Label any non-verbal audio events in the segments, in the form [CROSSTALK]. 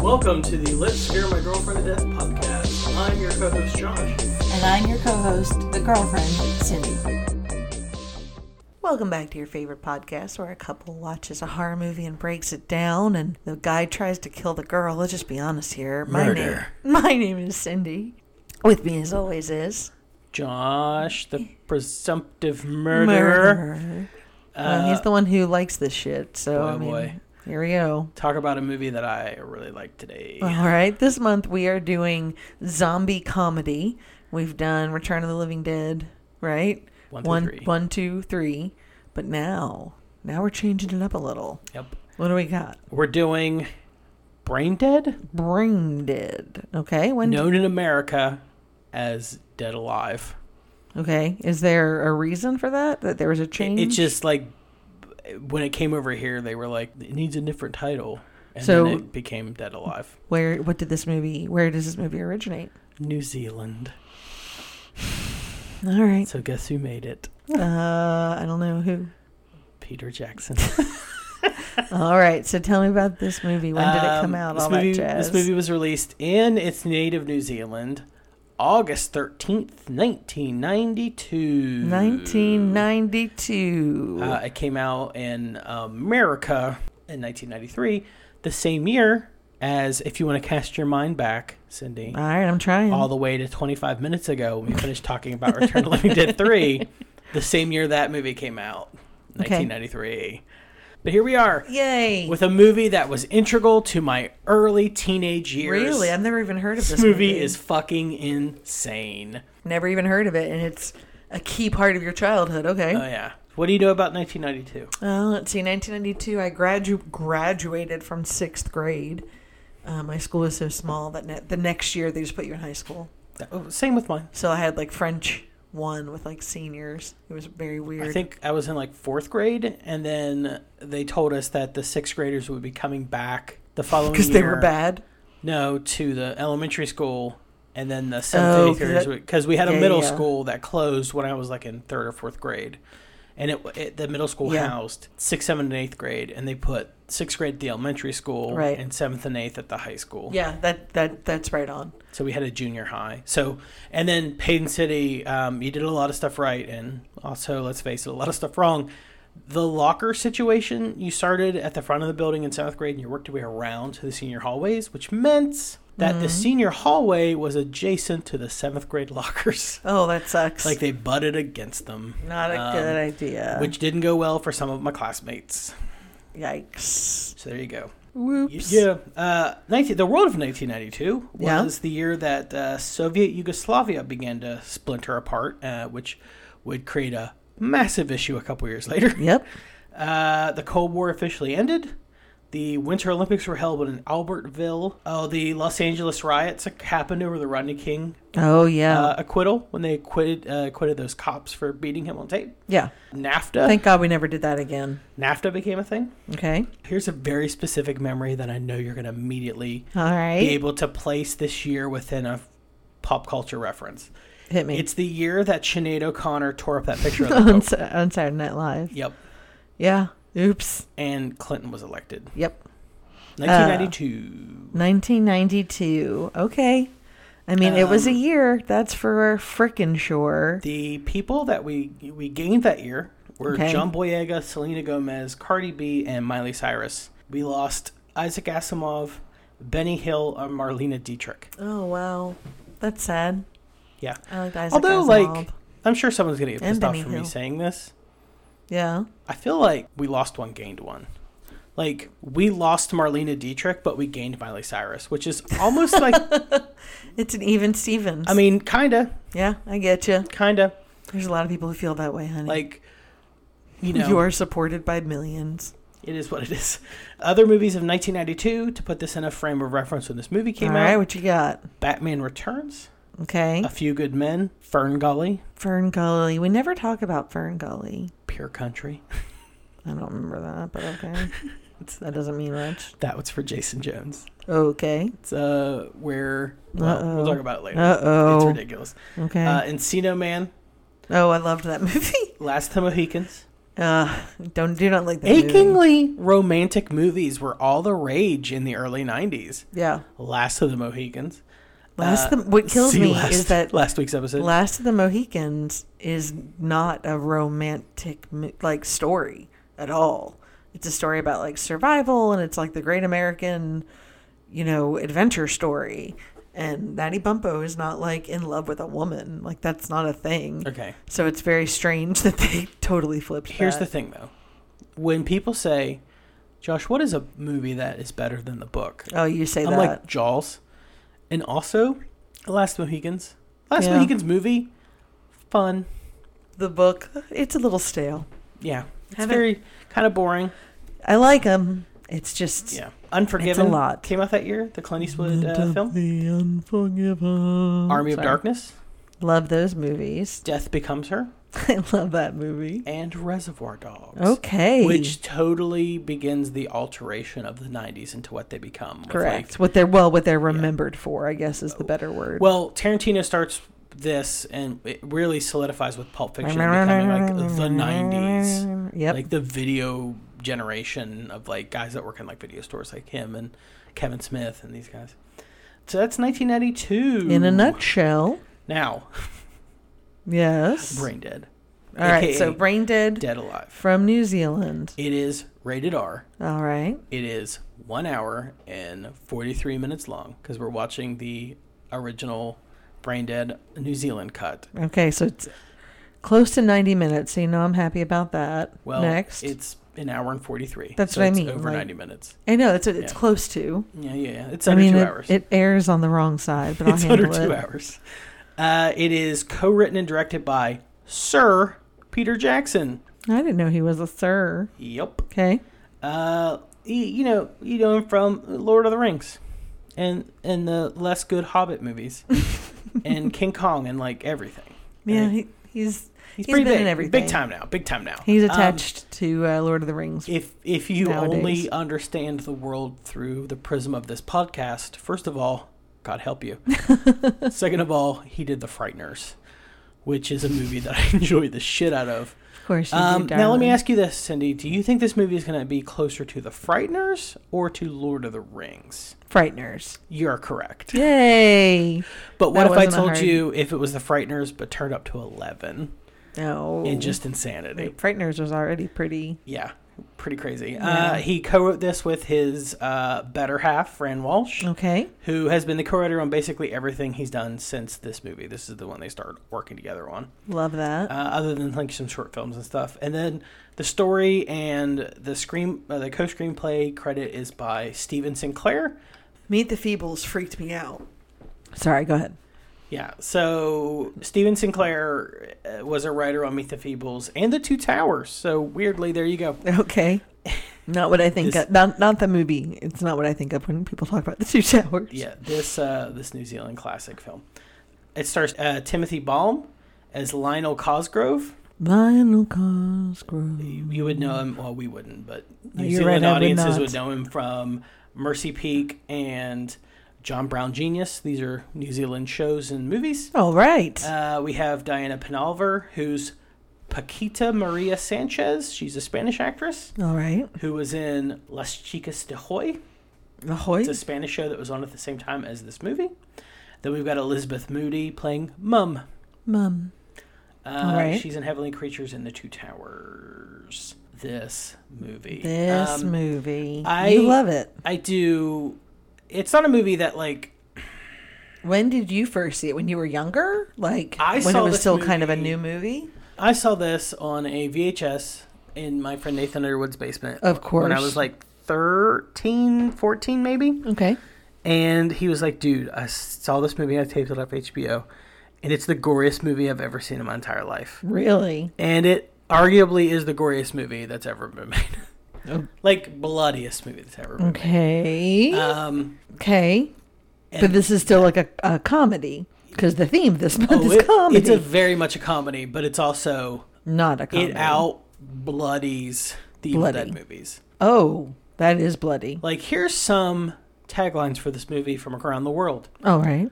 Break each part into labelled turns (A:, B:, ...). A: Welcome to the Let's Scare My Girlfriend to Death podcast. I'm your co host, Josh.
B: And I'm your co host, the girlfriend, Cindy.
C: Welcome back to your favorite podcast where a couple watches a horror movie and breaks it down and the guy tries to kill the girl. Let's just be honest here. My
A: Murder.
C: name [LAUGHS] My name is Cindy. With me as always is
A: Josh, the presumptive murderer. Uh,
C: Well, Uh, he's the one who likes this shit, so
A: boy,
C: I mean,
A: boy.
C: here we go.
A: Talk about a movie that I really like today.
C: All right. This month we are doing zombie comedy. We've done Return of the Living Dead, right?
A: One through three.
C: one, two, three. But now now we're changing it up a little.
A: Yep.
C: What do we got?
A: We're doing Brain Dead,
C: Brain Dead. Okay, when
A: known in America as Dead Alive.
C: Okay. Is there a reason for that? That there was a change?
A: It's just like when it came over here, they were like, it needs a different title. And
C: So-
A: then it became Dead Alive.
C: where what did this movie where does this movie originate?
A: New Zealand. [LAUGHS]
C: All right.
A: So guess who made it?
C: Uh I don't know who.
A: Peter Jackson.
C: All right. So tell me about this movie. When did it
A: Um,
C: come out?
A: This
C: All
A: movie,
C: that jazz.
A: This movie was released in its native New Zealand, August thirteenth, nineteen ninety-two.
C: 1992.
A: Uh, it came out in America in nineteen ninety-three, the same year as if you want to cast your mind back, Cindy.
C: All right, I'm trying.
A: all the way to 25 minutes ago when we finished talking about Return of the Living Dead
C: [LAUGHS]
A: 3, the same year that movie came out,
C: Okay.
A: 1993. But here we are
C: Yay.
A: with a movie that was integral to my early teenage years.
C: really? I've never even heard of
A: this
C: this,
A: movie is fucking insane.
C: never even heard of it and it's a key part of your childhood. Okay.
A: Oh yeah. What do you know about 1992?
C: Uh, let's see, 1992, I gradu- graduated from sixth grade. Uh, my school was so small that ne- the next year they just put you in high school.
A: Oh, same with mine.
C: So I had like French one with like seniors. It was very weird.
A: I think I was in like fourth grade, and then they told us that the sixth graders would be coming back the
C: [LAUGHS]
A: following year
C: because they were bad.
A: No, to the elementary school, and then the
C: Oh,
A: seventh,
C: 'cause
A: eighth
C: that-
A: grade because we had a
C: yeah,
A: middle
C: yeah.
A: school that closed when I was like in third or fourth grade, and it, it the middle school
C: Yeah.
A: housed sixth, seventh, and eighth grade, and they put sixth grade at the elementary school,
C: Right.
A: and seventh and eighth at the high school.
C: Yeah, that that that's right on.
A: So we had a junior high. So and then Payton City, um, you did a lot of stuff right, and also let's face it, a lot of stuff wrong. The locker situation, you started at the front of the building in seventh grade and you worked your way around to the senior hallways, which meant that
C: Mm-hmm.
A: the senior hallway was adjacent to the seventh grade
C: [LAUGHS]
A: lockers.
C: Oh, that sucks.
A: Like they butted against them.
C: not a
A: um,
C: good idea.
A: Which didn't go well for some of my classmates.
C: Yikes.
A: So there you go. Y-
C: Whoops.
A: Yeah. Uh, 19, the world of 1992 was
C: Yeah.
A: the year that uh, Soviet Yugoslavia began to splinter apart, uh, which would create a massive issue a couple years later.
C: Yep.
A: [LAUGHS] Uh, the Cold War officially ended. The Winter Olympics were held in Albertville. Oh, the Los Angeles riots happened over the Rodney King
C: Oh yeah.
A: uh, acquittal when they acquitted, uh, acquitted those cops for beating him on tape.
C: yeah.
A: NAFTA.
C: Thank God we never did that again.
A: NAFTA became a thing.
C: Okay.
A: Here's a very specific memory that I know you're going to immediately
C: All right.
A: be able to place this year within a pop culture reference.
C: Hit me.
A: It's the year that Sinead O'Connor tore up that picture
C: [LAUGHS]
A: of the
C: on,
A: Pope.
C: Sa- on Saturday Night Live.
A: Yep.
C: Yeah. Oops.
A: And Clinton was elected.
C: Yep. Uh,
A: 1992.
C: 1992. Okay. I mean, it was a year. That's for frickin' sure.
A: the people that we we gained that year were
C: Okay.
A: John Boyega, Selena Gomez, Cardi B, and Miley Cyrus. We lost Isaac Asimov, Benny Hill, and Marlena Dietrich.
C: Oh wow, that's sad.
A: Yeah.
C: I like Isaac
A: Although,
C: Asimov.
A: like, I'm sure someone's going to get
C: And
A: pissed off
C: Benny
A: for me
C: Hill.
A: saying this.
C: yeah,
A: I feel like we lost one, gained one. Like we lost Marlena Dietrich, but we gained Miley Cyrus, which is almost like
C: it's an even Stevens.
A: I
C: [LAUGHS]
A: mean, kinda,
C: yeah, I get you.
A: kinda
C: There's a lot of people who feel that way, honey.
A: like you know,
C: you are supported by millions.
A: it is what it is. Other movies of 1992 to put this in a frame of reference when this movie
C: All
A: came
C: right,
A: out: Uh,
C: what you got?
A: Batman Returns,
C: Okay,
A: A Few Good Men, Fern Gully,
C: Fern Gully. We never talk about Fern Gully.
A: Pure Country.
C: I don't remember that, but
A: [LAUGHS]
C: okay, that doesn't mean much.
A: That was for Jason Jones.
C: Okay.
A: It's uh where well, we'll
C: Uh-oh.
A: talk about it later.
C: Uh
A: It's uh,
C: oh.
A: ridiculous.
C: Okay.
A: Uh, Encino Man,
C: oh, I loved that movie. [LAUGHS]
A: Last of the Mohicans,
C: Uh, don't do not like the moon.
A: Achingly romantic movies were all the rage in the early 90s.
C: Yeah.
A: Last of the Mohicans.
C: Last
A: Uh,
C: of the, what kills
A: see
C: me
A: last-
C: is that
A: last week's episode.
C: Last of the Mohicans is not a romantic mo- like story at all. It's a story about like survival and it's like the great American, you know, adventure story. And Natty Bumpo is not like in love with a woman. Like that's not a thing.
A: okay.
C: So it's very strange [LAUGHS] that they totally flipped
A: Here's the
C: that.
A: thing though. When people say, "Josh, what is a movie that is better than the book?"
C: Oh, you say
A: I'm
C: that.
A: like Jaws, and also Last Mohicans. Last
C: Yeah.
A: Mohicans movie, fun.
C: the book, it's a little stale.
A: Yeah, it's
C: Haven't-
A: very kind of boring.
C: I like them. It's just
A: Yeah, Unforgiven.
C: lot.
A: came out that year. The Clint Eastwood uh, film,
C: The Unforgiven.
A: Army of
C: Sorry.
A: Darkness,
C: Love those movies. [LAUGHS]
A: Death Becomes Her,
C: I love that movie.
A: and Reservoir Dogs.
C: Okay.
A: Which totally begins the alteration of the '90s into what they become. with,
C: correct.
A: like,
C: what they're well, what they're remembered for, I guess, is the better word.
A: Well, Tarantino starts this, and it really solidifies with Pulp Fiction becoming like the '90s,
C: Yep.
A: like the video generation of like guys that work in like video stores, like him and Kevin Smith and these guys. So that's 1992.
C: in a nutshell.
A: Now,
C: Yes.
A: brain dead,
C: All right. So
A: AKA
C: brain dead
A: dead alive.
C: from New Zealand.
A: It is rated R.
C: All right.
A: It is one hour and 43 minutes long because we're watching the original Brain Dead New Zealand cut.
C: Okay. So it's close to ninety minutes. So you know I'm happy about that.
A: Well,
C: Next.
A: it's an hour and 43.
C: That's
A: so
C: what I
A: it's
C: mean,
A: Over
C: like-
A: 90 minutes.
C: I know that's what it's
A: yeah.
C: close to.
A: Yeah, yeah, yeah. It's
C: I
A: under
C: mean,
A: two [LAUGHS]
C: it,
A: hours.
C: it airs on the wrong
A: [LAUGHS]
C: side, but I'll
A: it's under
C: handle
A: two
C: it.
A: hours. Uh, it is co written and directed by Sir Peter Jackson.
C: I didn't know he was a sir.
A: Yep.
C: Okay.
A: Uh, you, you know, you know him from Lord of the Rings, and and the less good Hobbit
C: [LAUGHS]
A: movies, and King Kong, and like everything.
C: Yeah,
A: Right?
C: he, he's
A: he's,
C: he's
A: pretty
C: been
A: big,
C: in everything.
A: Big time now. Big time now.
C: he's
A: Um,
C: attached to uh, Lord of the Rings.
A: if if you
C: nowadays.
A: only understand the world through the prism of this podcast, first of all, God help
C: [LAUGHS]
A: you. Second of all, he did The Frighteners, which is a movie that I [LAUGHS] enjoy the shit out of.
C: Of course. You
A: Um,
C: do,
A: now let me
C: darling.
A: ask you this, Cindy: Do you think this movie is going to be closer to The Frighteners or to Lord of the Rings?
C: Frighteners.
A: You're correct. [LAUGHS]
C: Yay!
A: But what if
C: That
A: I
C: wasn't a
A: told
C: hard-
A: you if it was the Frighteners but turned up to 11
C: No.
A: in just insanity?
C: Wait, Frighteners was already pretty.
A: Yeah, pretty crazy.
C: Yeah.
A: Uh, he co wrote this with his uh, better half, Fran Walsh,
C: Okay.
A: who has been the co writer on basically everything he's done since this movie. This is the one they started working together on,
C: Love
A: uh,
C: that.
A: other than like some short films and stuff. And then the story and the screen, uh, the co screenplay credit is by Steven Sinclair.
C: Meet the Feebles freaked me out. Sorry. Go ahead. [LAUGHS]
A: Yeah, so Steven Sinclair uh, was a writer on Meet the Feebles and The Two Towers. So weirdly, there you go.
C: Okay. Not what I think
A: This-
C: of. Not not the movie. It's not what I think of when people talk about the two [LAUGHS] towers.
A: Yeah, this uh, this New Zealand classic film. It stars uh, Timothy Balm as Lionel Cosgrove.
C: Lionel Cosgrove.
A: You you would know him. Well, we wouldn't, but
C: No,
A: New
C: you're
A: Zealand
C: right, I would
A: audiences
C: not.
A: would know him from Mercy Peak and John Brown Genius. These are New Zealand shows and movies.
C: All right.
A: Uh, we have Diana Penalver, who's Paquita Maria Sanchez. She's a Spanish actress
C: All right.
A: who was in Las Chicas de Hoy.
C: Ahoy.
A: It's a Spanish show that was on at the same time as this movie. Then we've got Elizabeth Moody playing Mum.
C: Mum.
A: Uh,
C: right.
A: She's in Heavenly Creatures in the Two Towers. This movie.
C: This
A: Um,
C: movie.
A: I-
C: you love it.
A: I do. It's not a movie that like
C: When did you first see it? When you were younger? Like
A: I
C: when
A: saw
C: it was
A: this
C: still kind of a
A: movie-
C: new movie?
A: I saw this on a VHS in my friend Nathan Underwood's basement.
C: Of
A: When I
C: course.
A: was like 13, 14 maybe.
C: Okay.
A: And he was like, dude, I saw this movie. I taped it off HBO. And it's the goriest movie I've ever seen in my entire life.
C: Really?
A: and it arguably is the goriest movie that's ever been made. [LAUGHS]
C: Oh.
A: like bloodiest movie that's ever been.
C: Okay.
A: made. Um,
C: okay. But
A: and-
C: this is still like a, a comedy because the theme this month
A: oh,
C: is
A: it-
C: comedy.
A: it's a very much a comedy, but it's also
C: not a comedy.
A: it out bloodies the Evil Dead
C: Bloody.
A: movies.
C: Oh, that is bloody.
A: Like here's some taglines for this movie from around the world:
C: All right.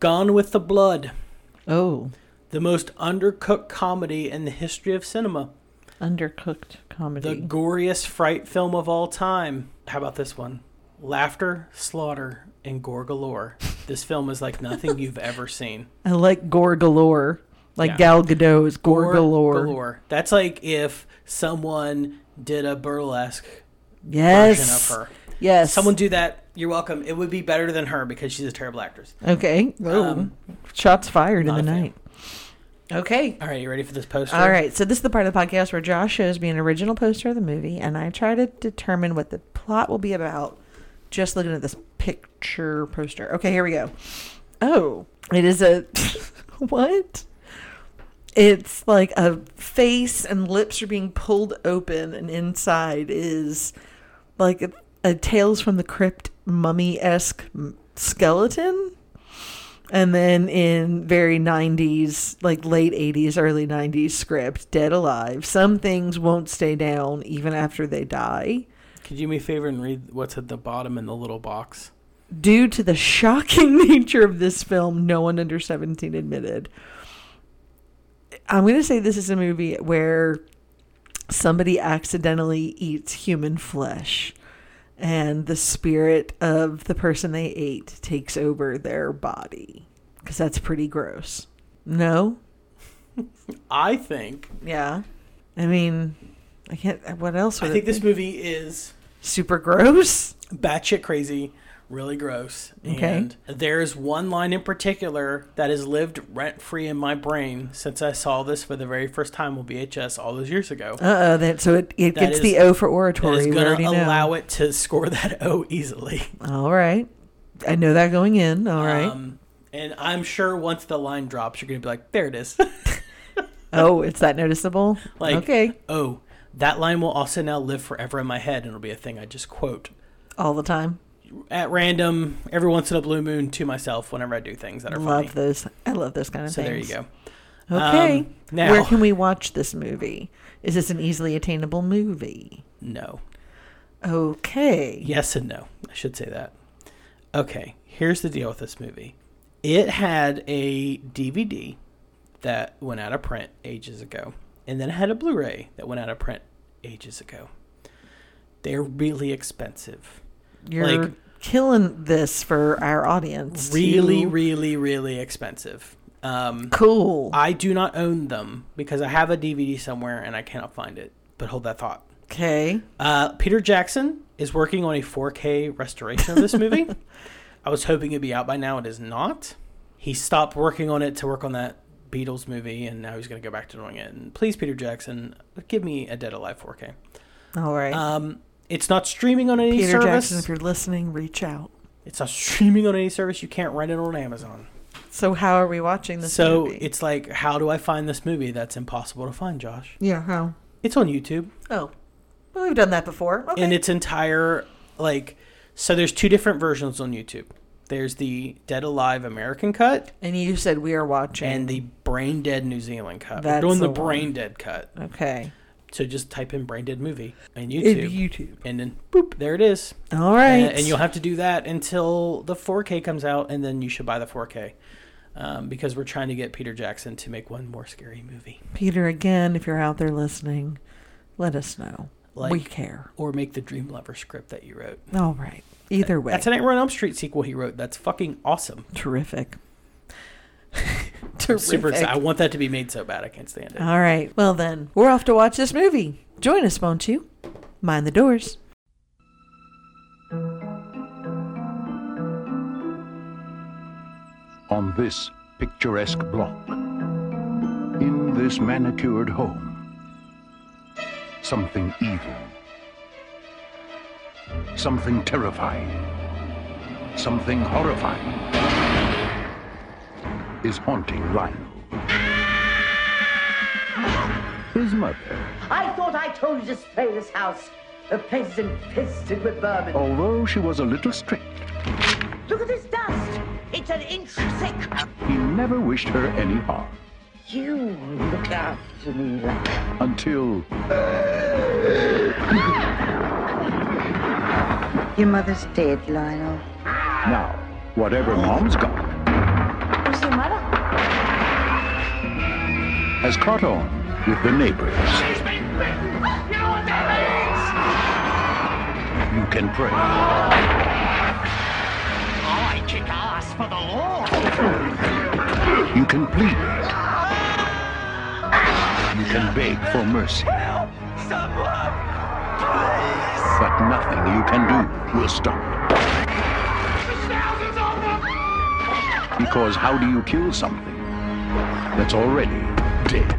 A: "Gone with the Blood."
C: Oh.
A: The most undercooked comedy in the history of cinema.
C: undercooked comedy.
A: The goriest fright film of all time. How about this one? Laughter, slaughter, and gore galore. This film is like
C: [LAUGHS]
A: nothing you've ever seen.
C: I like gore galore. Like
A: Yeah.
C: Gal Gadot is gore, galore.
A: That's like if someone did a burlesque version of
C: Yes.
A: her.
C: Yes.
A: Someone do that. You're welcome. It would be better than her because she's a terrible actress.
C: Okay.
A: Um,
C: Shots fired in
A: not
C: the
A: a fan.
C: night. Okay.
A: All right, you ready for this poster?
C: All right, so this is the part of the podcast where Josh shows me an original poster of the movie, and I try to determine what the plot will be about just looking at this picture poster. Okay, here we go. Oh, it is a. [LAUGHS] what? It's like a face and lips are being pulled open, and inside is like a, a Tales from the Crypt mummy esque skeleton. And then in very 90s, like late 80s, early 90s script, Dead Alive, some things won't stay down even after they die
A: Could you do me a favor and read what's at the bottom in the little box?
C: due to the [LAUGHS] shocking nature of this film, no one under 17 admitted. I'm going to say this is a movie where somebody accidentally eats human flesh and the spirit of the person they ate takes over their body because that's pretty gross. No?
A: I think.
C: Yeah. I mean, I can't. What else
A: I
C: would
A: think
C: it
A: this
C: be?
A: movie is
C: super gross?
A: batshit crazy, really gross.
C: Okay.
A: And there's one line in particular that has lived rent free in my brain since I saw this for the very first time on VHS all those years ago.
C: Uh oh. That so it, it
A: That
C: gets
A: is-
C: the O for
A: That
C: oratory.
A: is
C: we
A: going
C: already
A: to
C: know.
A: allow it to score that [LAUGHS] O easily.
C: All right. I know that going in. All right.
A: Um, and I'm sure once the line drops, you're going to be like, there it is. [LAUGHS]
C: oh, it's that noticeable?
A: like,
C: okay.
A: oh, that line will also now live forever in my head and it'll be a thing I just quote
C: All the time.
A: at random every once in a blue moon to myself whenever I do things that are funny.
C: Love those. I love those kind of
A: So there you
C: things.
A: go.
C: you Okay.
A: Um, now,
C: Where can we watch this movie? Is this an easily attainable movie?
A: no.
C: Okay.
A: Yes and no. I should say that. Okay, here's the deal with this movie. It had a DVD that went out of print ages ago, and then it had a Blu-ray that went out of print ages ago. They're really expensive.
C: You're
A: like-
C: killing this for our audience.
A: Really,
C: You-
A: really, really expensive. Um,
C: cool.
A: I do not own them because I have a DVD somewhere and I cannot find it. But hold that thought.
C: okay.
A: Uh, Peter Jackson is working on a 4K restoration of this
C: [LAUGHS]
A: movie. I was hoping it'd be out by now. It is not. He stopped working on it to work on that Beatles movie, and now he's going to go back to doing it. And please, Peter Jackson, give me a Dead Alive 4K.
C: All right.
A: Um, it's not streaming on any
C: Peter
A: service.
C: Jackson, if you're listening, reach out.
A: It's not streaming on any service. You can't rent it on Amazon.
C: So how are we watching this
A: so
C: movie?
A: it's like, how do I find this movie? That's impossible to find, Josh.
C: yeah, how?
A: It's on YouTube.
C: Oh. Well, we've done that before. Okay.
A: in its entire like so there's two different versions on youtube there's the dead alive american cut
C: and you said we are watching.
A: and the brain dead new zealand cut
C: That's
A: we're doing the,
C: the one.
A: brain dead cut
C: Okay.
A: so just type in brain dead movie on
C: In
A: youtube
C: YouTube.
A: and then boop there it is
C: All right.
A: and, and you'll have to do that until the 4k comes out and then you should buy the 4k um, because we're trying to get peter jackson to make one more scary movie
C: Peter, again, if you're out there listening, let us know. we
A: like
C: care.
A: or make the dream lover script that you wrote
C: All right. Either way,
A: that's an Nightmare on Elm Street sequel he wrote. That's fucking awesome.
C: terrific. [LAUGHS]
A: I'm
C: terrific. Uh,
A: super excited. I want that to be made so bad I can't stand it.
C: All right. Well, then, we're off to watch this movie. Join us, won't you? Mind the doors.
D: on this picturesque block, in this manicured home, something evil, something terrifying, something horrifying is haunting Lionel. His mother,
E: I thought I told you to spray this house. The place is infested with vermin.
D: although she was a little strict,
E: Look at this dust. It's an inch thick.
D: he never wished her any harm
E: You look after me.
D: until
E: Your mother's dead, Lionel.
D: now. Whatever mom's got
E: Who's your mother?
D: has caught on with the neighbors.
E: She's been bitten.
D: can pray.
F: I kick ass for the Lord.
D: You can plead. You can beg for mercy. But nothing you can do will stop it. Because how do you kill something that's already dead?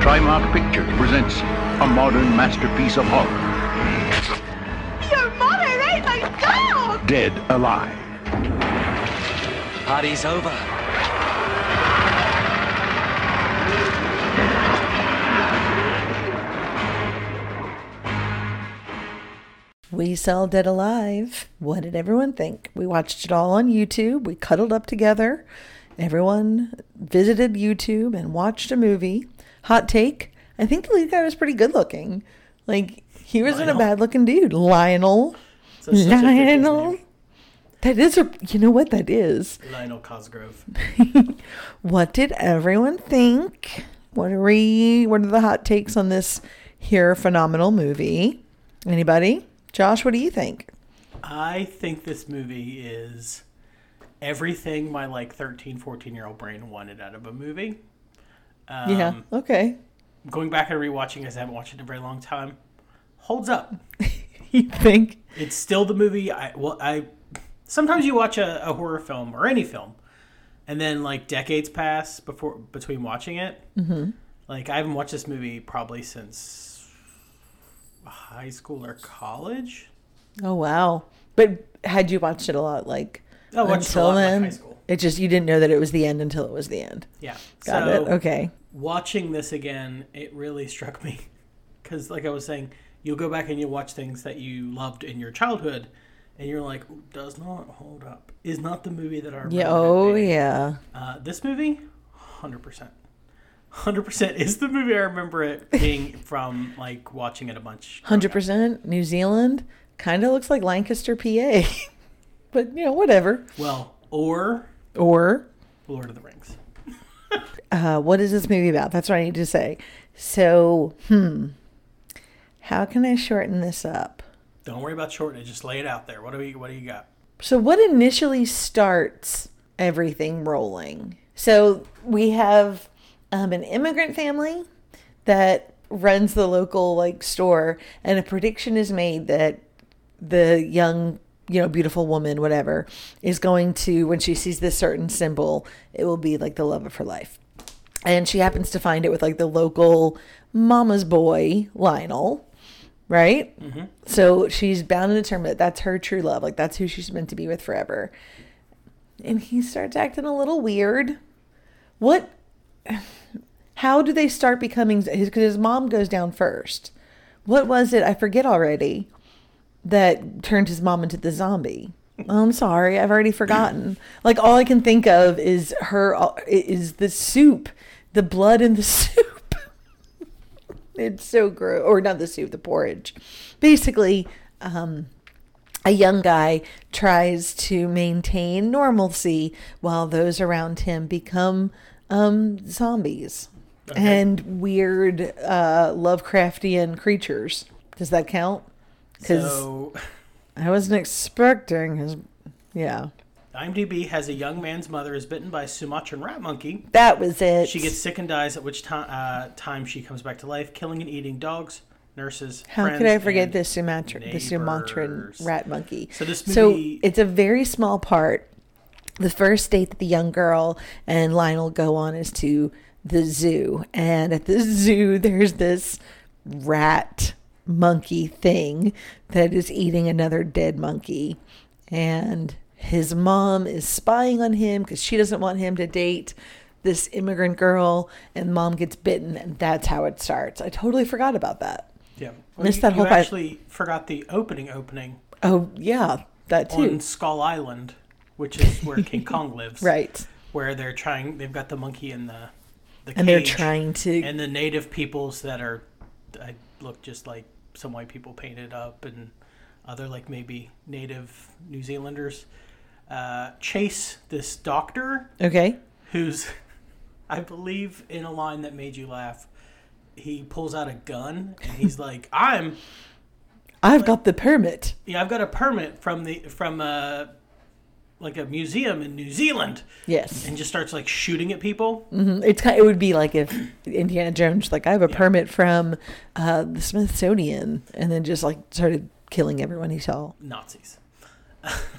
D: Trimark Pictures presents a modern masterpiece of horror,
G: Your mother ate my dog!
D: Dead Alive.
H: Party's over.
C: We sell Dead Alive. What did everyone think? We watched it all on YouTube. We cuddled up together. Everyone visited YouTube and watched a movie. Hot take I think the lead guy was pretty good looking. Like, he wasn't a
A: Lionel.
C: bad looking dude. Lionel.
A: So such a 50s name.
C: Lionel. That is a, you know what that is?
A: Lionel Cosgrove.
C: What did everyone think? What are we? What are the hot takes on this here phenomenal movie? Anybody? Josh, what do you think?
A: I think this movie is everything my like 13, 14 year old brain wanted out of a movie. Um,
C: yeah. Okay.
A: Going back and rewatching because I haven't watched it in a very long time, holds up.
C: [LAUGHS] You think?
A: It's still the movie. I well, I sometimes you watch a, a horror film or any film, and then like decades pass before between watching it. Mm-hmm. Like I haven't watched this movie probably since high school or college.
C: Oh wow! But had you watched it a lot? Like
A: I watched it a lot in, like, high school.
C: it just you didn't know that it was the end until it was the end.
A: Yeah, so,
C: Got it. Okay.
A: watching this again, it really [LAUGHS] struck me because, like I was saying, you'll go back and you watch things that you loved in your childhood, and you're like, "Does not hold up." Is not the movie that I remember.
C: Yeah. Oh
A: being.
C: yeah.
A: Uh, this movie, hundred percent, hundred percent is the movie I remember it
C: [LAUGHS]
A: being from. Like watching it a bunch.
C: Hundred percent. New Zealand kind of looks like Lancaster, PA. [LAUGHS] but you know, whatever.
A: Well, or
C: Or
A: Lord of the Rings.
C: uh, what is this movie about? That's what I need to say. So, hmm, how can I shorten this up?
A: Don't worry about shortening. it, Just lay it out there. What do we? What do you got?
C: So, what initially starts everything rolling? So, we have um, an immigrant family that runs the local like store, and a prediction is made that the young, you know, beautiful woman, whatever, is going to when she sees this certain symbol, it will be like the love of her life and she happens to find it with like the local mama's boy Lionel, right? So she's bound and determined that that's her true love, like that's who she's meant to be with forever. And he starts acting a little weird. What? How do they start becoming? Because his mom goes down first. What was it? I forget already. That turned his mom into the zombie. I'm sorry, I've already forgotten. Like all I can think of is her is the soup, the blood in the [LAUGHS] soup. it's so gross, or not the soup, the porridge. Basically, um, a young guy tries to maintain normalcy while those around him become um, zombies and weird uh, Lovecraftian creatures. Does that count? 'Cause-
A: So.
C: I wasn't expecting his. Yeah,
A: IMDb has a young man's mother is bitten by a Sumatran rat monkey.
C: that was it.
A: She gets sick and dies, at which time, uh, time she comes back to life, killing and eating dogs, nurses.
C: How
A: friends,
C: could I forget
A: and-
C: the Sumatra, the Sumatran
A: neighbors.
C: rat monkey?
A: So this
C: so
A: movie-
C: it's a very small part. The first date that the young girl and Lionel go on is to the zoo, and at the zoo [LAUGHS] there's this rat monkey thing that is eating another dead monkey, and his mom is spying on him because she doesn't want him to date this immigrant girl and mom gets bitten and that's how it starts i totally forgot about that
A: Yeah.
C: Missed
A: you,
C: that whole
A: you
C: part.
A: actually forgot the opening opening
C: Oh yeah, that too.
A: on Skull Island, which is
C: [LAUGHS]
A: where King Kong lives.
C: right.
A: Where they're trying, they've got the monkey in the, the
C: And they're
A: cage,
C: trying to
A: And the native peoples that are, I look just like some white people painted up and other like maybe native New Zealanders, uh, chase this doctor
C: Okay.
A: who's [LAUGHS] I believe in a line
C: [LAUGHS]
A: that made you laugh. He pulls out a gun and he's like, "I'm
I: I've got the permit.
A: Yeah, I've got a permit from the from uh like a museum in New Zealand,
C: Yes.
A: and just starts like shooting at people.
C: Mm-hmm. It's kind it would be like if Indiana Jones like I have a permit from uh, the Smithsonian and then just like started killing everyone he saw.
A: Nazis. [LAUGHS]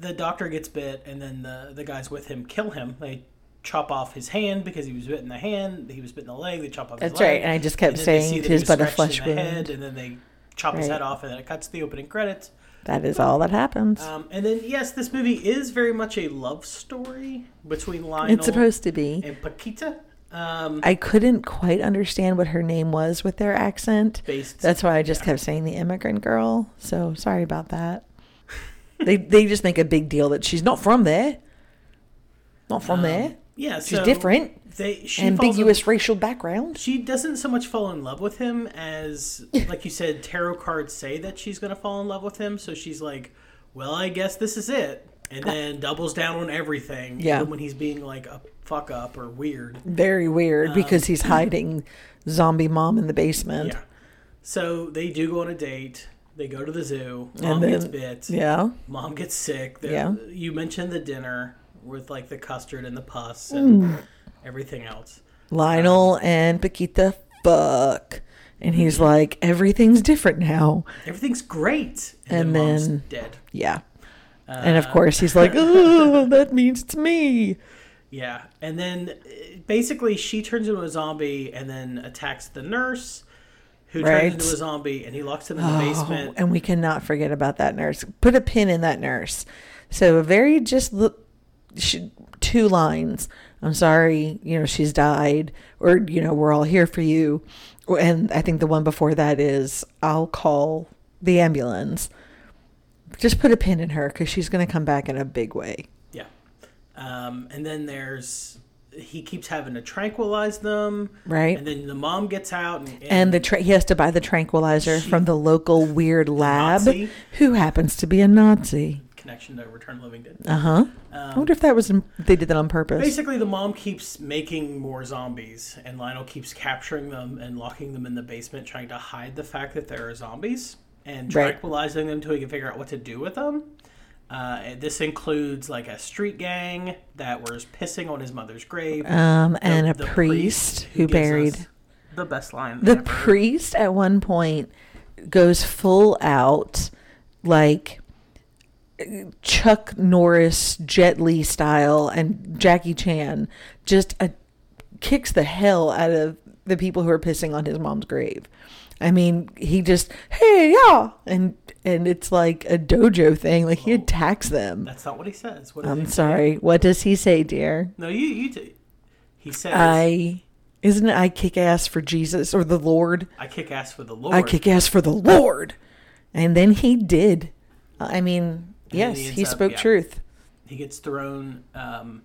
A: the doctor gets bit, and then the the guys with him kill him. They chop off his hand because he was bit in the hand. He was bit in the leg. They chop off. his
C: That's right,
A: leg,
C: and I just kept
A: then they
C: saying
A: see that
C: it
A: he
C: is
A: was
C: but a
A: scratched
C: flesh
A: in the
C: wound.
A: Head, and then they chop his
C: Right.
A: head off, and then it cuts to the opening credits.
C: That is all that happens.
A: Um, and then yes, this movie is very much a love story between Lionel
C: it's supposed to be.
A: and Paquita. Um,
C: I couldn't quite understand what her name was with their accent.
A: based
C: That's why I just kept saying the immigrant girl. So sorry about that. [LAUGHS] they they just make a big deal that she's not from there. Not from there.
A: yeah,
C: She's
A: so
C: different.
A: They Um, she falls in-
C: Ambiguous racial background.
A: she doesn't so much fall in love with him
C: [LAUGHS]
A: as like you said tarot cards say that she's going to fall in love with him so she's like well i guess this is it and then doubles down on everything
C: Yeah.
A: even when he's being like a fuck up or weird
C: Very weird
A: Um,
C: because
A: [LAUGHS]
C: he's hiding zombie mom in the basement.
A: yeah so they do go on a date they go to the zoo mom
C: And then-
A: gets bit
C: Yeah.
A: mom gets sick There-
C: Yeah.
A: you mentioned the dinner with like the custard and the pus and
C: Mm.
A: everything else Um,
C: Lionel and Paquita fuck.
A: [LAUGHS]
C: And he's like, everything's different now.
A: everything's great and,
C: And
A: then mom's
C: then-
A: dead
C: Yeah. and
A: Uh,
C: of course, he's
A: [LAUGHS]
C: like, oh, that means it's me.
A: Yeah, and then uh, basically she turns into a zombie and then attacks the nurse, who
C: Right.
A: turns into a zombie, and he locks him in the
C: Oh,
A: basement.
C: and we cannot forget about that nurse. Put a pin in that nurse. So a very just look, she, two lines. I'm sorry, you know she's died, or you know we're all here for you. Or- And I think the one before that is I'll call the ambulance. Just put a pin in her because she's going to come back in a big way.
A: Yeah, um, and then there's he keeps having to tranquilize them,
C: Right.
A: And then the mom gets out, and, and,
C: And the tra- he has to buy the tranquilizer from the local weird lab,
A: Nazi?
C: who happens to be a Nazi.
A: connection to Return of the Living Dead.
C: Uh huh. I wonder if that was they did that on purpose.
A: Um, Basically, the mom keeps making more zombies, and Lionel keeps capturing them and locking them in the basement, trying to hide the fact that there are zombies and
C: Right.
A: tranquilizing them until he can figure out what to do with them. Uh, and this includes like a street gang that was pissing on his mother's grave,
C: um, and a
A: the
C: priest who
A: gives
C: buried
A: us the best line.
C: the
A: ever.
C: priest at one point goes full out like Chuck Norris, Jet Li style, and Jackie Chan just uh kicks the hell out of the people who are pissing on his mom's grave. I mean, he just hey yeah, and and it's like a dojo thing. Like he attacks them.
A: That's not what he says. What does he
C: I'm
A: say?
C: sorry. What does he say, dear?
A: No, you you. T- he says, I,
C: I isn't it I kick ass for Jesus or the Lord?
A: kick ass for the Lord."
C: I kick ass for the Lord. And then he did. I mean, yes,
A: he
C: he,
A: ends up-
C: spoke
A: yeah.
C: truth.
A: He gets thrown um,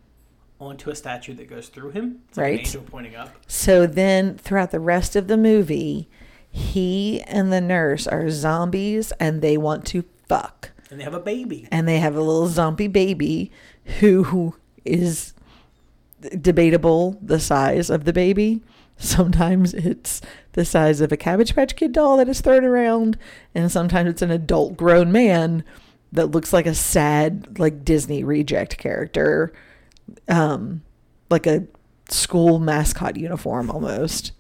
A: onto a statue that goes through him. It's like an
C: Right.
A: angel pointing up.
C: So then throughout the rest of the movie, he and the nurse are zombies and they want to fuck.
A: and they have a baby.
C: And they have a little zombie baby who is debatable the size of the baby. Sometimes it's the size of a Cabbage Patch Kid doll that is thrown around, and sometimes it's an adult grown man that looks like a sad, like Disney reject character, um, like a school mascot uniform almost.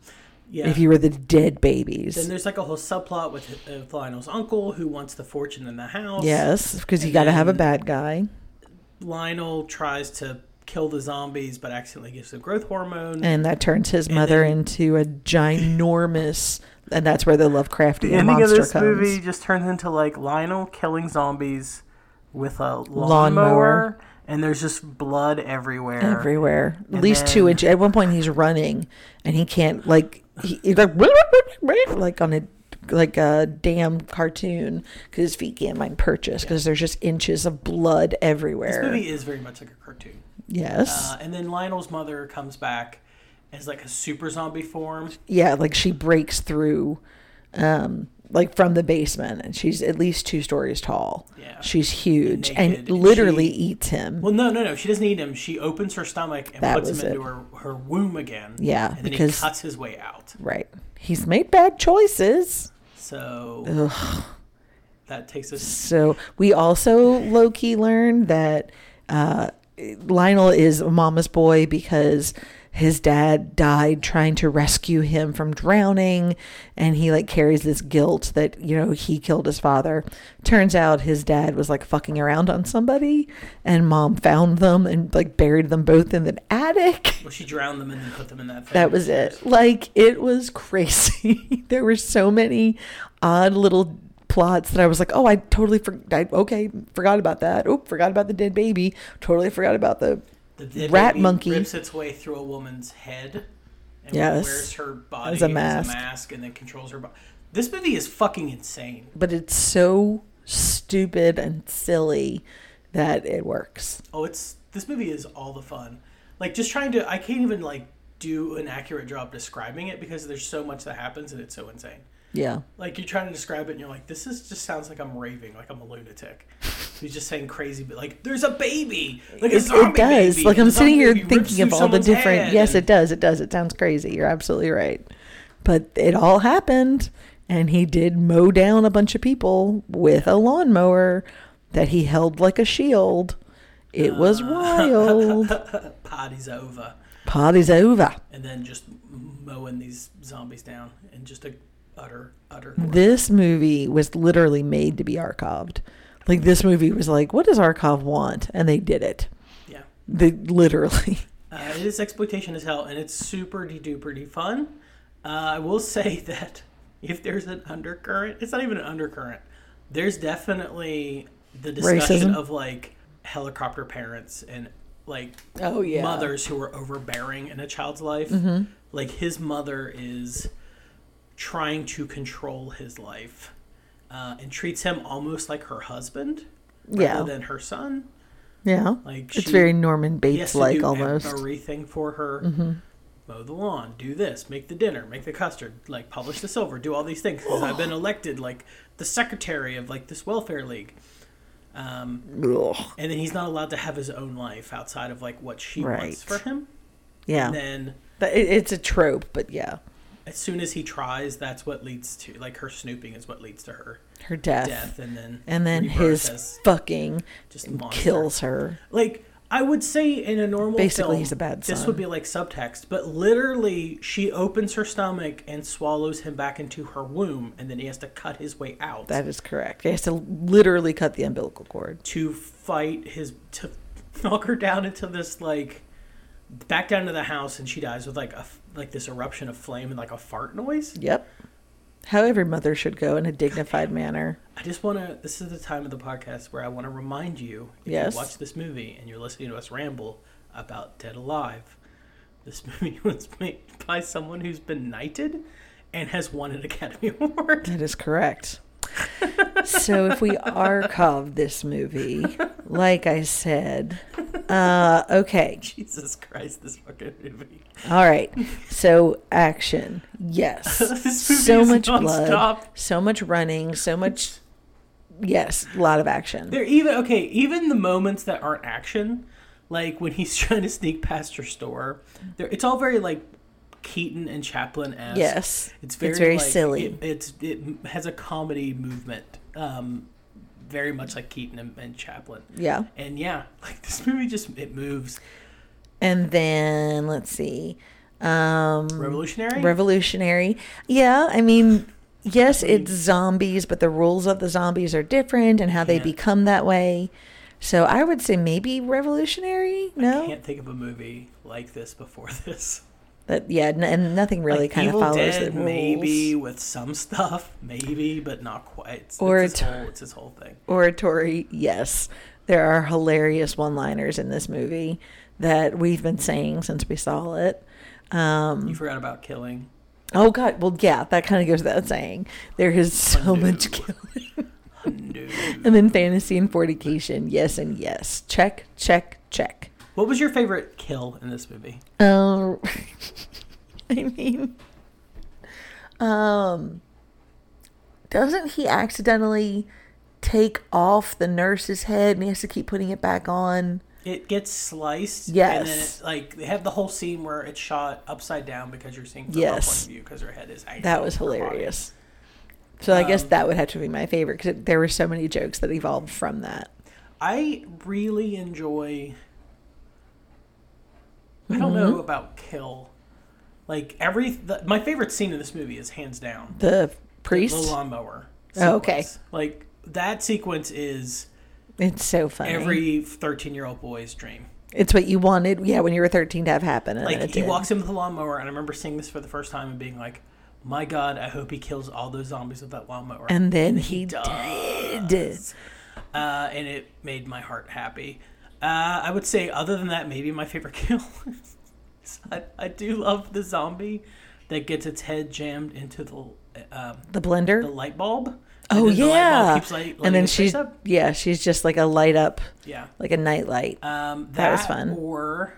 A: Yeah.
C: If you were the dead
A: then
C: babies,
A: there's like a whole subplot with uh, Lionel's uncle who wants the fortune in the house.
C: yes, because you got to have a
A: And-
C: bad guy,
A: Lionel tries to kill the zombies, but accidentally gives them growth hormone.
C: and that turns his mother
A: then-
C: into a ginormous, and that's where the Lovecraftian monster comes.
A: just turns into like Lionel killing zombies with a
C: Lawnmower.
A: and there's just blood everywhere.
C: everywhere. At least
A: then-
C: two inches. At one point, he's running and he can't like he he's like [LAUGHS] like on a like a damn cartoon because his feet can't mind purchase because there's just inches of blood
A: This
C: everywhere.
A: movie is very much like a cartoon.
C: yes,
A: Uh, and then Lionel's mother comes back as like a super zombie form.
C: yeah, like she breaks through, um, like from the basement, and she's at least two stories tall.
A: Yeah.
C: she's huge
A: naked,
C: and,
A: and
C: literally
A: she-
C: eats him.
A: Well, no, no, no. She doesn't eat him. She opens her stomach and
C: That
A: puts him
C: was
A: into
C: it.
A: her, her womb again.
C: Yeah,
A: and then
C: because-
A: he cuts his way out.
C: right, he's made bad choices.
A: So that takes us.
C: So we also low key learned that uh, Lionel is mama's boy because his dad died trying to rescue him from drowning, and he like carries this guilt that you know he killed his father. Turns out his dad was like fucking around on somebody, and mom found them and like buried them both in an attic. [LAUGHS]
A: Well, she drowned them and then put them in that. Thing.
C: That was it. Like it was crazy. [LAUGHS] there were so many odd little plots that I was like, "Oh, I totally forgot. I, okay, forgot about that. Oop, forgot about the dead baby. Totally forgot about the
A: The dead
C: Rat
A: baby
C: monkey.
A: rips its way through a woman's head. And
C: Yes.
A: wears her body
C: As a
A: as
C: mask.
A: a mask and then controls her body. This movie is fucking insane.
C: but it's so stupid and silly that it works.
A: Oh, it's this movie is all the fun. Like just trying to, I can't even like do an accurate job describing it because there's so much that happens and it's so insane.
C: Yeah.
A: Like you're trying to describe it and you're like, this is just sounds like I'm raving, like I'm a lunatic. He's just saying crazy, but like there's a baby, like a
C: It,
A: zombie
C: it does.
A: baby,
C: Like
A: and
C: I'm
A: the zombie
C: sitting here
A: baby rips
C: thinking of
A: through
C: all the
A: someone's
C: different.
A: head
C: Yes,
A: and-
C: it does. It does. It sounds crazy. You're absolutely right. But it all happened, and he did mow down a bunch of people with a lawnmower that he held like a shield. It
A: [LAUGHS]
C: was wild.
A: party's over,
C: Party's over.
A: and then just mowing these zombies down and just a utter utter.
C: This movie was literally made to be archived. Like this movie was like, what does Archive want? And they did it.
A: Yeah,
C: They literally. [LAUGHS]
A: uh, it is exploitation as hell, and it's super de duper fun. Uh, I will [LAUGHS] say that if there's an undercurrent, it's not even an undercurrent. There's definitely the discussion
C: Racism.
A: of like helicopter parents and like
C: Oh yeah. Mm-hmm.
A: mothers who are overbearing in a child's life. Like his mother is trying to control his life uh, and treats him almost like her husband
C: Yeah.
A: rather than her son.
C: Yeah.
A: Like
C: it's
A: she-
C: very Norman
A: He has
C: Bates
A: to
C: like
A: do
C: almost. Mm-hmm.
A: everything for her. Mow the lawn, do this, make the dinner, make the custard, like polish the silver, do all these things. 'Cause I've been elected like the secretary of like this welfare league.
C: Ugh.
A: And then he's not allowed to have his own life outside of like what she
C: Right.
A: wants for him.
C: Yeah.
A: And then
C: But it, it's a trope, but yeah.
A: as soon as he tries, that's what leads to like her snooping is what leads to her
C: Her death.
A: death, and then
C: And then
A: rebirth
C: his
A: as
C: fucking
A: just a monster.
C: kills her.
A: Like I would say in a normal
C: Basically,
A: film,
C: he's a bad
A: This
C: son.
A: would be like subtext, but literally she opens her stomach and swallows him back into her womb, and then he has to cut his way out
C: That is correct. He has to literally cut the umbilical cord.
A: to fight his to [LAUGHS] knock her down into this like back down to the house, and she dies with like a f- like this eruption of flame and like a fart noise.
C: Yep. How every mother should go in
A: [LAUGHS]
C: a dignified manner.
A: I just want to. This is the time of the podcast where I want to remind you if
C: Yes.
A: you watch this movie and you're listening to us ramble about Dead Alive, this [LAUGHS] movie was made by someone who's been knighted and has won an Academy [LAUGHS]
C: [LAUGHS]
A: Award.
C: That is correct. so if we archive
A: [LAUGHS]
C: this movie, like I said, uh, okay,
A: Jesus Christ, this fucking movie.
C: all right. So action,
A: [LAUGHS]
C: yes.
A: This movie
C: so
A: is
C: much blood,
A: nonstop.
C: so much running, so much. Yes, a lot of action.
A: They're even okay. Even the moments that aren't action, like when he's [LAUGHS] trying to sneak past her store, they're, it's all very like Keaton and Chaplin esque.
C: Yes.
A: it's
C: It's
A: very,
C: very
A: like,
C: silly.
A: It, it's it has a comedy movement, um, very much like Keaton and, and Chaplin.
C: Yeah.
A: And yeah, [LAUGHS] like this movie just it moves
C: Mm-hmm. And then let's see. Um,
A: revolutionary.
C: revolutionary. Yeah, I mean, yes, it's zombies, but the rules of the zombies are different and how they
A: Yeah.
C: become that way. So I would say maybe revolutionary.
A: I
C: No,
A: can't think of a movie like this before [LAUGHS] this.
C: but yeah, n- and nothing really
A: Like,
C: kind of
A: Evil
C: follows
A: Dead,
C: the rules.
A: maybe with some stuff, maybe, but not quite. It's,
C: Or
A: it's, his
C: it's-
A: whole, it's his whole thing.
C: Oratory, yes. There are hilarious one-liners in this movie that we've been saying since we saw it. Um,
A: You forgot about killing.
C: Oh God, well yeah, that kind of goes without saying. There is so
A: Undo.
C: much killing.
A: No.
C: And then fantasy and fortification, yes and yes. Check, check, check.
A: What was your favorite kill in this movie?
C: Um, [LAUGHS] I mean, um, doesn't he accidentally take off the nurse's head and he has to keep putting it back on?
A: It gets sliced. And then
C: Yes.
A: it, like they have the whole scene where it's shot upside down because you're seeing from her
C: Yes.
A: point of view because her Um, head is hanging.
C: That
A: off
C: was
A: her body.
C: hilarious. So I guess that would have to be my favorite because there were so many jokes that evolved from that.
A: I really enjoy. I don't
C: Mm-hmm.
A: know about Kill. Like every the, my favorite scene in this movie is hands down
C: The priest.
A: the lawnmower.
C: Oh, okay.
A: sequence. like that sequence is
C: it's so funny.
A: every thirteen-year-old boy's dream.
C: it's what you wanted, yeah, when you were 13 to have happen. And
A: Like
C: it
A: he
C: did.
A: walks in with a lawnmower, and I remember seeing this for the first time and being like, "My God, I hope he kills all those zombies with that lawnmower."
C: And then he, did.
A: uh, and it made my heart happy. Uh, I would say, other than that, maybe my favorite [LAUGHS] kill. is- I, I do love the zombie that gets its head jammed into the um,
C: The
A: the
C: blender.
A: light bulb. and
C: oh,
A: then the light bulb
C: yeah.
A: keeps light- lighting
C: and then
A: his face
C: she's,
A: up.
C: yeah, she's just like a light up,
A: yeah.
C: like a nightlight.
A: Um, that,
C: was fun.
A: Or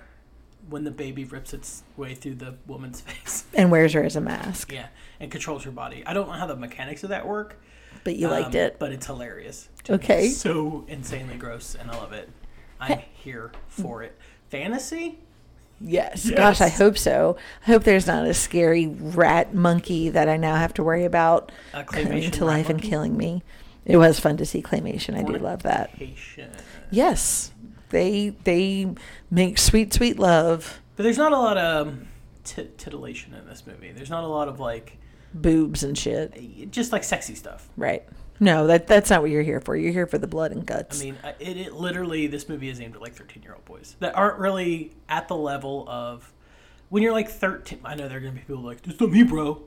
A: when the baby rips its way through the woman's [LAUGHS] face.
C: and wears her as a mask.
A: yeah, and controls her body. I don't know how the mechanics of that work.
C: But you liked
A: um,
C: it.
A: but it's hilarious.
C: okay.
A: so insanely gross and I love it. I'm here for it. Fantasy?
C: Yes. Gosh, I
A: Yes.
C: hope so. I hope there's not a scary rat monkey that I now have to worry about
A: A
C: coming
A: claymation
C: to
A: rat
C: life and
A: monkey?
C: killing me. It was fun to see claymation. I do love that.
A: Patient.
C: Yes. They they make sweet sweet love
A: But there's not a lot of um, t- titillation in this movie. There's not a lot of like
C: boobs and shit.
A: just like sexy stuff.
C: Right. No, that that's not what you're here for. You're here for the blood and
A: I
C: guts.
A: mean, I- it, it literally this movie is aimed at like 13 year old boys that aren't really at the level of when you're like 13. I know there are gonna be people like that's not me, bro.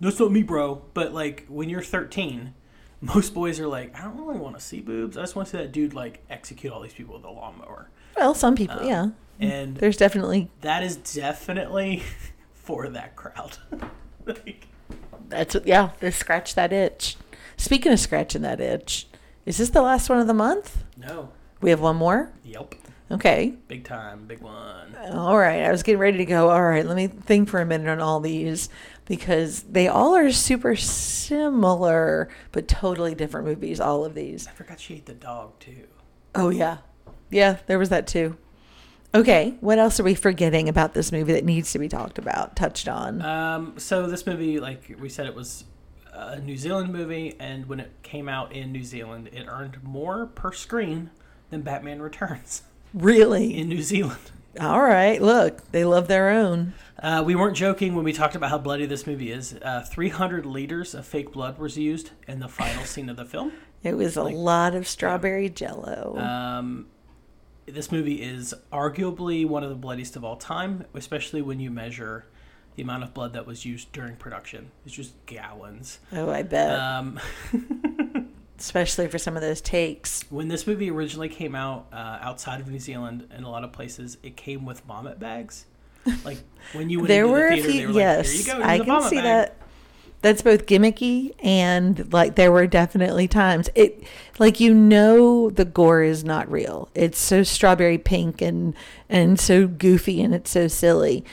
A: That's not me, bro. But like when you're 13, most boys are like, I don't really want to see boobs. I just want to see that dude like execute all these people with a lawnmower.
C: well, some people,
A: um,
C: yeah.
A: And
C: There's definitely
A: that is definitely [LAUGHS] for that crowd. [LAUGHS] like,
C: that's yeah, they scratch that itch. Speaking of scratching that itch, is this the last one of the month?
A: no.
C: We have one more?
A: Yep.
C: Okay.
A: Big time, big one.
C: All right, I was getting ready to go. All right, let me think for a minute on all these because they all are super similar but totally different movies. All of these.
A: I forgot she ate the dog too.
C: Oh yeah, yeah, there was that too. Okay, what else are we forgetting about this movie that needs to be talked about, touched on?
A: Um, so this movie, like we said, it was a New Zealand movie, and when it came out in New Zealand, it earned more per screen than Batman Returns [LAUGHS]
C: really?
A: in New Zealand.
C: all right, look, they love their own.
A: Uh, we weren't joking when we talked about how bloody this movie is. Uh, 300 liters of fake blood was used in the final scene of the film.
C: It was a lot of strawberry jello.
A: Um, this movie is arguably one of the bloodiest of all time, especially when you measure the amount of blood that was used during production. It's just gallons.
C: oh, I bet.
A: Um,
C: Especially for some of those takes.
A: when this movie originally came out uh, outside of New Zealand in a lot of places, it came with vomit
C: [LAUGHS]
A: bags. Like when you went
C: there
A: into
C: were
A: the
C: a
A: theater,
C: few.
A: they were
C: yes,
A: like, "Here you go, here's
C: I
A: a
C: can
A: vomit
C: see
A: bag."
C: that. That's both gimmicky and like there were definitely times it like you know the gore is not real. It's so strawberry pink and and so goofy and it's so silly,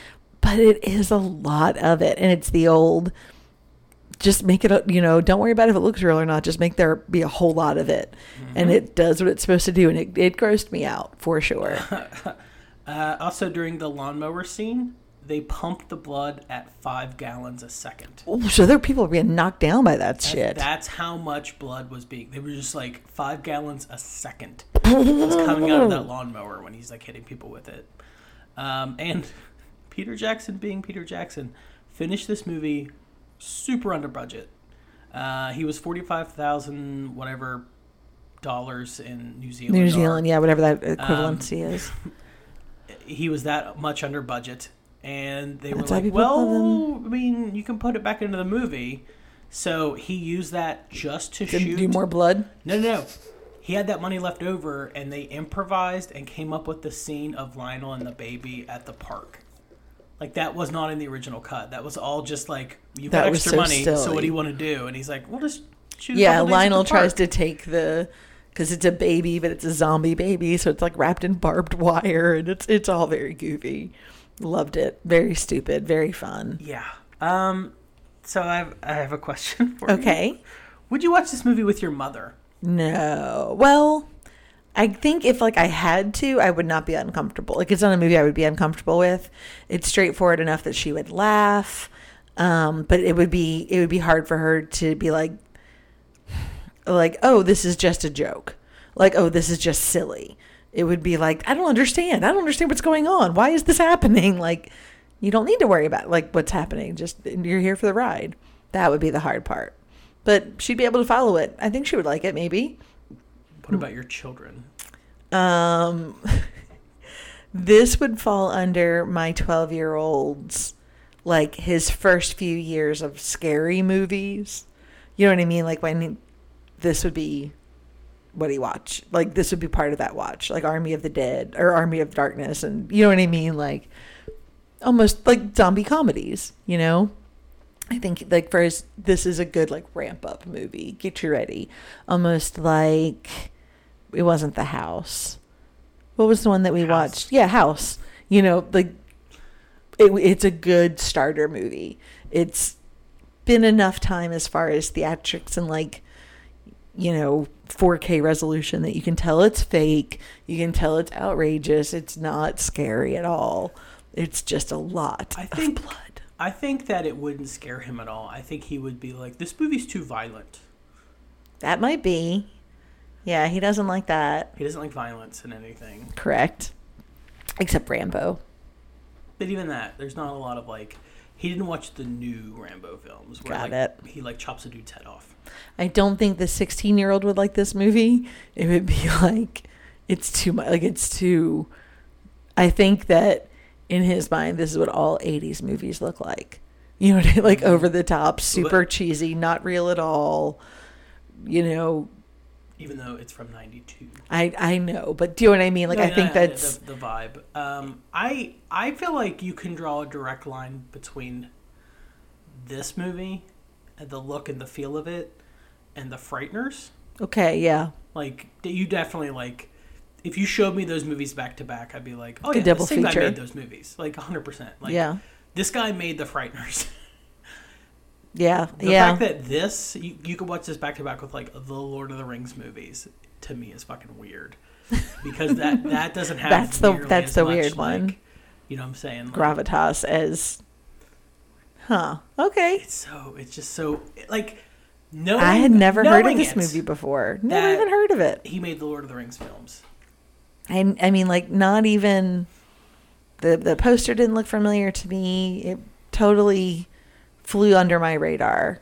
C: but it is a lot of it and it's the old. Just make it, a- you know, don't worry about if it looks real or not. Just make there be a whole lot of it.
A: Mm-hmm.
C: And it does what it's supposed to do. And it, it grossed me out
A: [LAUGHS]
C: for sure.
A: Uh, also, during the lawnmower scene, they pumped the blood at five gallons a second.
C: so there are people being knocked down by that shit.
A: That's how much blood was being. They were just like five gallons a second was coming out of that lawnmower when he's like hitting people with it. Um, and [LAUGHS] Peter Jackson, being Peter Jackson, finished this movie super under budget. Uh, he was forty five thousand whatever dollars in New Zealand.
C: New
A: or-
C: Zealand, yeah, whatever that equivalency is.
A: He was that much under budget, and they
C: That's
A: were
C: why
A: like,
C: people love
A: "Well, I mean, you can put it back into the movie." So he used that just to
C: Do,
A: shoot
C: do more blood.
A: No, no, no. He had that money left over, and they improvised and came up with the scene of Lionel and the baby at the park. Like that was not in the original cut. That was all just like you got
C: That was
A: extra
C: so
A: money, so
C: silly.
A: what do you want to do? And he's like, "Well, just shoot." a
C: Yeah,
A: couple days at the
C: Lionel tries
A: park."
C: to take the because it's a baby, but it's a zombie baby, so it's like wrapped in barbed wire, and it's it's all very goofy. Loved it. Very stupid. Very fun.
A: Yeah. Um. So I have, I have a question [LAUGHS] for you.
C: Okay.
A: Would you watch this movie with your mother?
C: No. Well, I think if like I had to, I would not be uncomfortable. Like it's not a movie I would be uncomfortable with. It's straightforward enough that she would laugh. Um, but it would be it would be hard for her to be like like, oh, this is just a joke. Like, oh, this is just silly. It would be like, I don't understand. I don't understand what's going on. Why is this [LAUGHS] happening? Like, you don't need to worry about like what's happening. Just you're here for the ride. That would be the hard part. But she'd be able to follow it. I think she would like it maybe. Hmm.
A: What about your children?
C: Um, [LAUGHS] this would fall under my 12 year old's, like his first few years of scary movies. You know what I mean? Like when he- this would be what he watched. Like this would be part of that watch, like Army of the Dead or Army of Darkness. And you know what I mean? Like almost like zombie comedies, you know? I think like for his, this is a good like ramp up movie. Get you ready. Almost like it wasn't the house. What was the one that we watched? Yeah, House. You know, like it, it's a good starter movie. It's been enough time as far as theatrics and like you know 4K resolution that you can tell it's fake. You can tell it's outrageous. It's not scary at all. It's just a lot.
A: I
C: of
A: think-
C: blood.
A: I think that it wouldn't scare him at all. I think he would be like, this movie's too violent.
C: That might be. Yeah, he doesn't like that.
A: He doesn't like violence in anything.
C: Correct. Except Rambo.
A: But even that, there's not a lot of like. He didn't watch the new Rambo films. Where,
C: Got
A: like,
C: it.
A: He like chops a dude's head off.
C: I don't think the 16 year old would like this movie. It would be [LAUGHS] like, it's too much. Like, it's too. I think that in his mind, this is what all 80s movies look like. You know what I mean? Like, over the top, super cheesy, not real at all. You know,
A: Even though it's from '92.
C: I, I know, but do you know what I mean? Like, I think that's.
A: the, the vibe. Um, I I feel like you can draw a direct line between this movie, and the look and the feel of it, and the Frighteners.
C: Okay, yeah.
A: Like d- you definitely like. If you showed me those movies back to back, I'd be like, "Oh
C: The
A: yeah,
C: double
A: this thing guy
C: feature.
A: made those movies, like 100." percent Like,
C: Yeah.
A: this guy made the Frighteners. [LAUGHS]
C: Yeah.
A: The
C: yeah.
A: fact that this you, you could watch this back to back with like the Lord of the Rings movies to me is fucking
C: [LAUGHS]
A: weird because that that doesn't have
C: That's the-
A: nearly
C: that's
A: as
C: the
A: much,
C: weird one.
A: like, you know what I'm saying? Like,
C: gravitas as huh okay
A: it's so it's just so like no.
C: i had never heard of this
A: it,
C: movie before never
A: that-
C: even heard of it
A: He made the Lord of the Rings films.
C: I, I mean like not even the the poster didn't look familiar to me it totally flew under my radar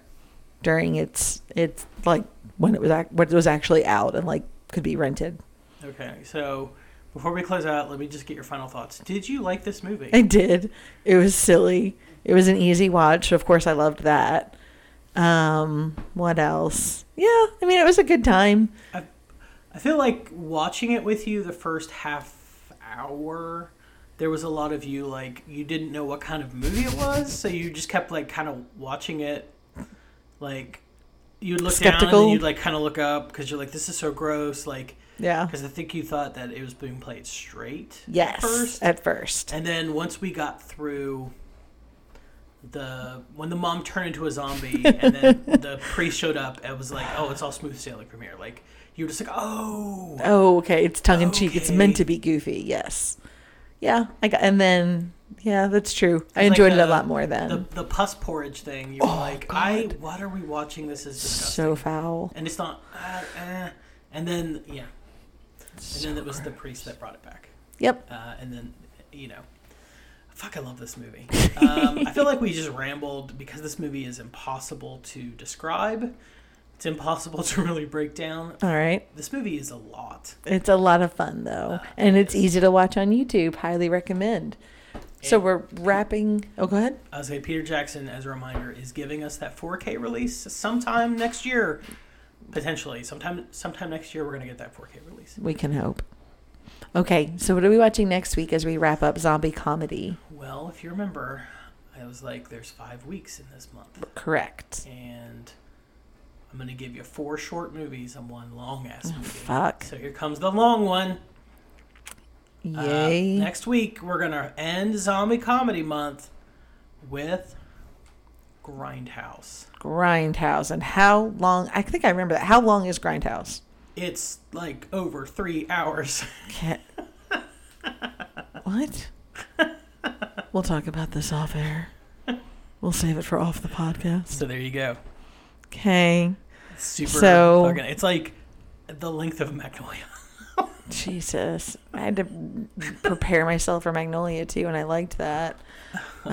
C: during its its like when it was ac- when it was actually out and like could be rented
A: Okay, so before we close out, let me just get your final thoughts. Did you like this movie?
C: I did. It was silly. It was an easy watch. Of course, I loved that. Um, what else? Yeah, I mean, it was a good time.
A: I feel like watching it with you the first half hour, there was a lot of you like you didn't know what kind of movie it was, so you just kept like kind of watching it, like you'd look down and
C: Skeptical.
A: then you'd like kind of look up because you're like this is so gross, like
C: Yeah.
A: because I think you thought that it was being played straight. at
C: Yes.
A: first.
C: At first.
A: And then once we got through the when the mom turned into a
C: [LAUGHS]
A: zombie and then the priest showed up and was like, "Oh, it's all smooth sailing from here." Like you were just like, "Oh."
C: Oh, okay. It's tongue in cheek. It's meant to
A: Okay.
C: be goofy. Yes. Yeah. I got, and then, yeah, that's true. I
A: It's like
C: enjoyed it a
A: the-
C: lot more then.
A: The, the pus porridge thing. You were like, I. What are we watching? This is disgusting.
C: so foul.
A: and it's not. Uh, uh, and then yeah, and then it was the priest that brought it back.
C: Yep.
A: Uh, and then you know, fuck, I love this movie. Um, I feel like we just rambled because this movie is impossible to describe. It's impossible [LAUGHS] to really break down.
C: All right.
A: This movie is a lot.
C: It's a lot of fun though,
A: Uh,
C: and it's easy to watch on YouTube. Highly recommend. So we're wrapping. Oh, go ahead.
A: I was gonna say Peter Jackson, as a reminder, is giving us that 4K release sometime next year, potentially. Sometime, sometime next year, we're gonna get that 4K release.
C: We can hope. Okay, so what are we watching next week as we wrap up zombie comedy?
A: Well, if you remember, I was like, "There's five weeks in this month,"
C: Correct.
A: and I'm gonna give you four short movies and one long ass movie.
C: Oh, Fuck.
A: So here comes the long one. Uh,
C: Yay.
A: next week, we're gonna end Zombie Comedy Month with Grindhouse.
C: Grindhouse. And how long? I think I remember that. How long is Grindhouse?
A: It's like over three hours. [LAUGHS]
C: Can't. what? We'll talk about this off air. We'll save it for off the podcast.
A: So there you go.
C: Okay.
A: Super
C: So-
A: fucking. It's like the length of Magnolia. [LAUGHS]
C: Jesus. I had to prepare myself for Magnolia too, and I liked that. All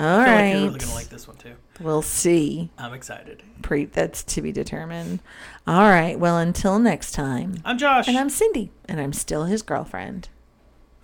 A: [LAUGHS] I feel
C: right.
A: like you're really gonna like this one too.
C: We'll see.
A: I'm excited.
C: Pre- that's to be determined. All right. Well, until next time.
A: I'm Josh.
C: And I'm Cindy, and I'm still his girlfriend.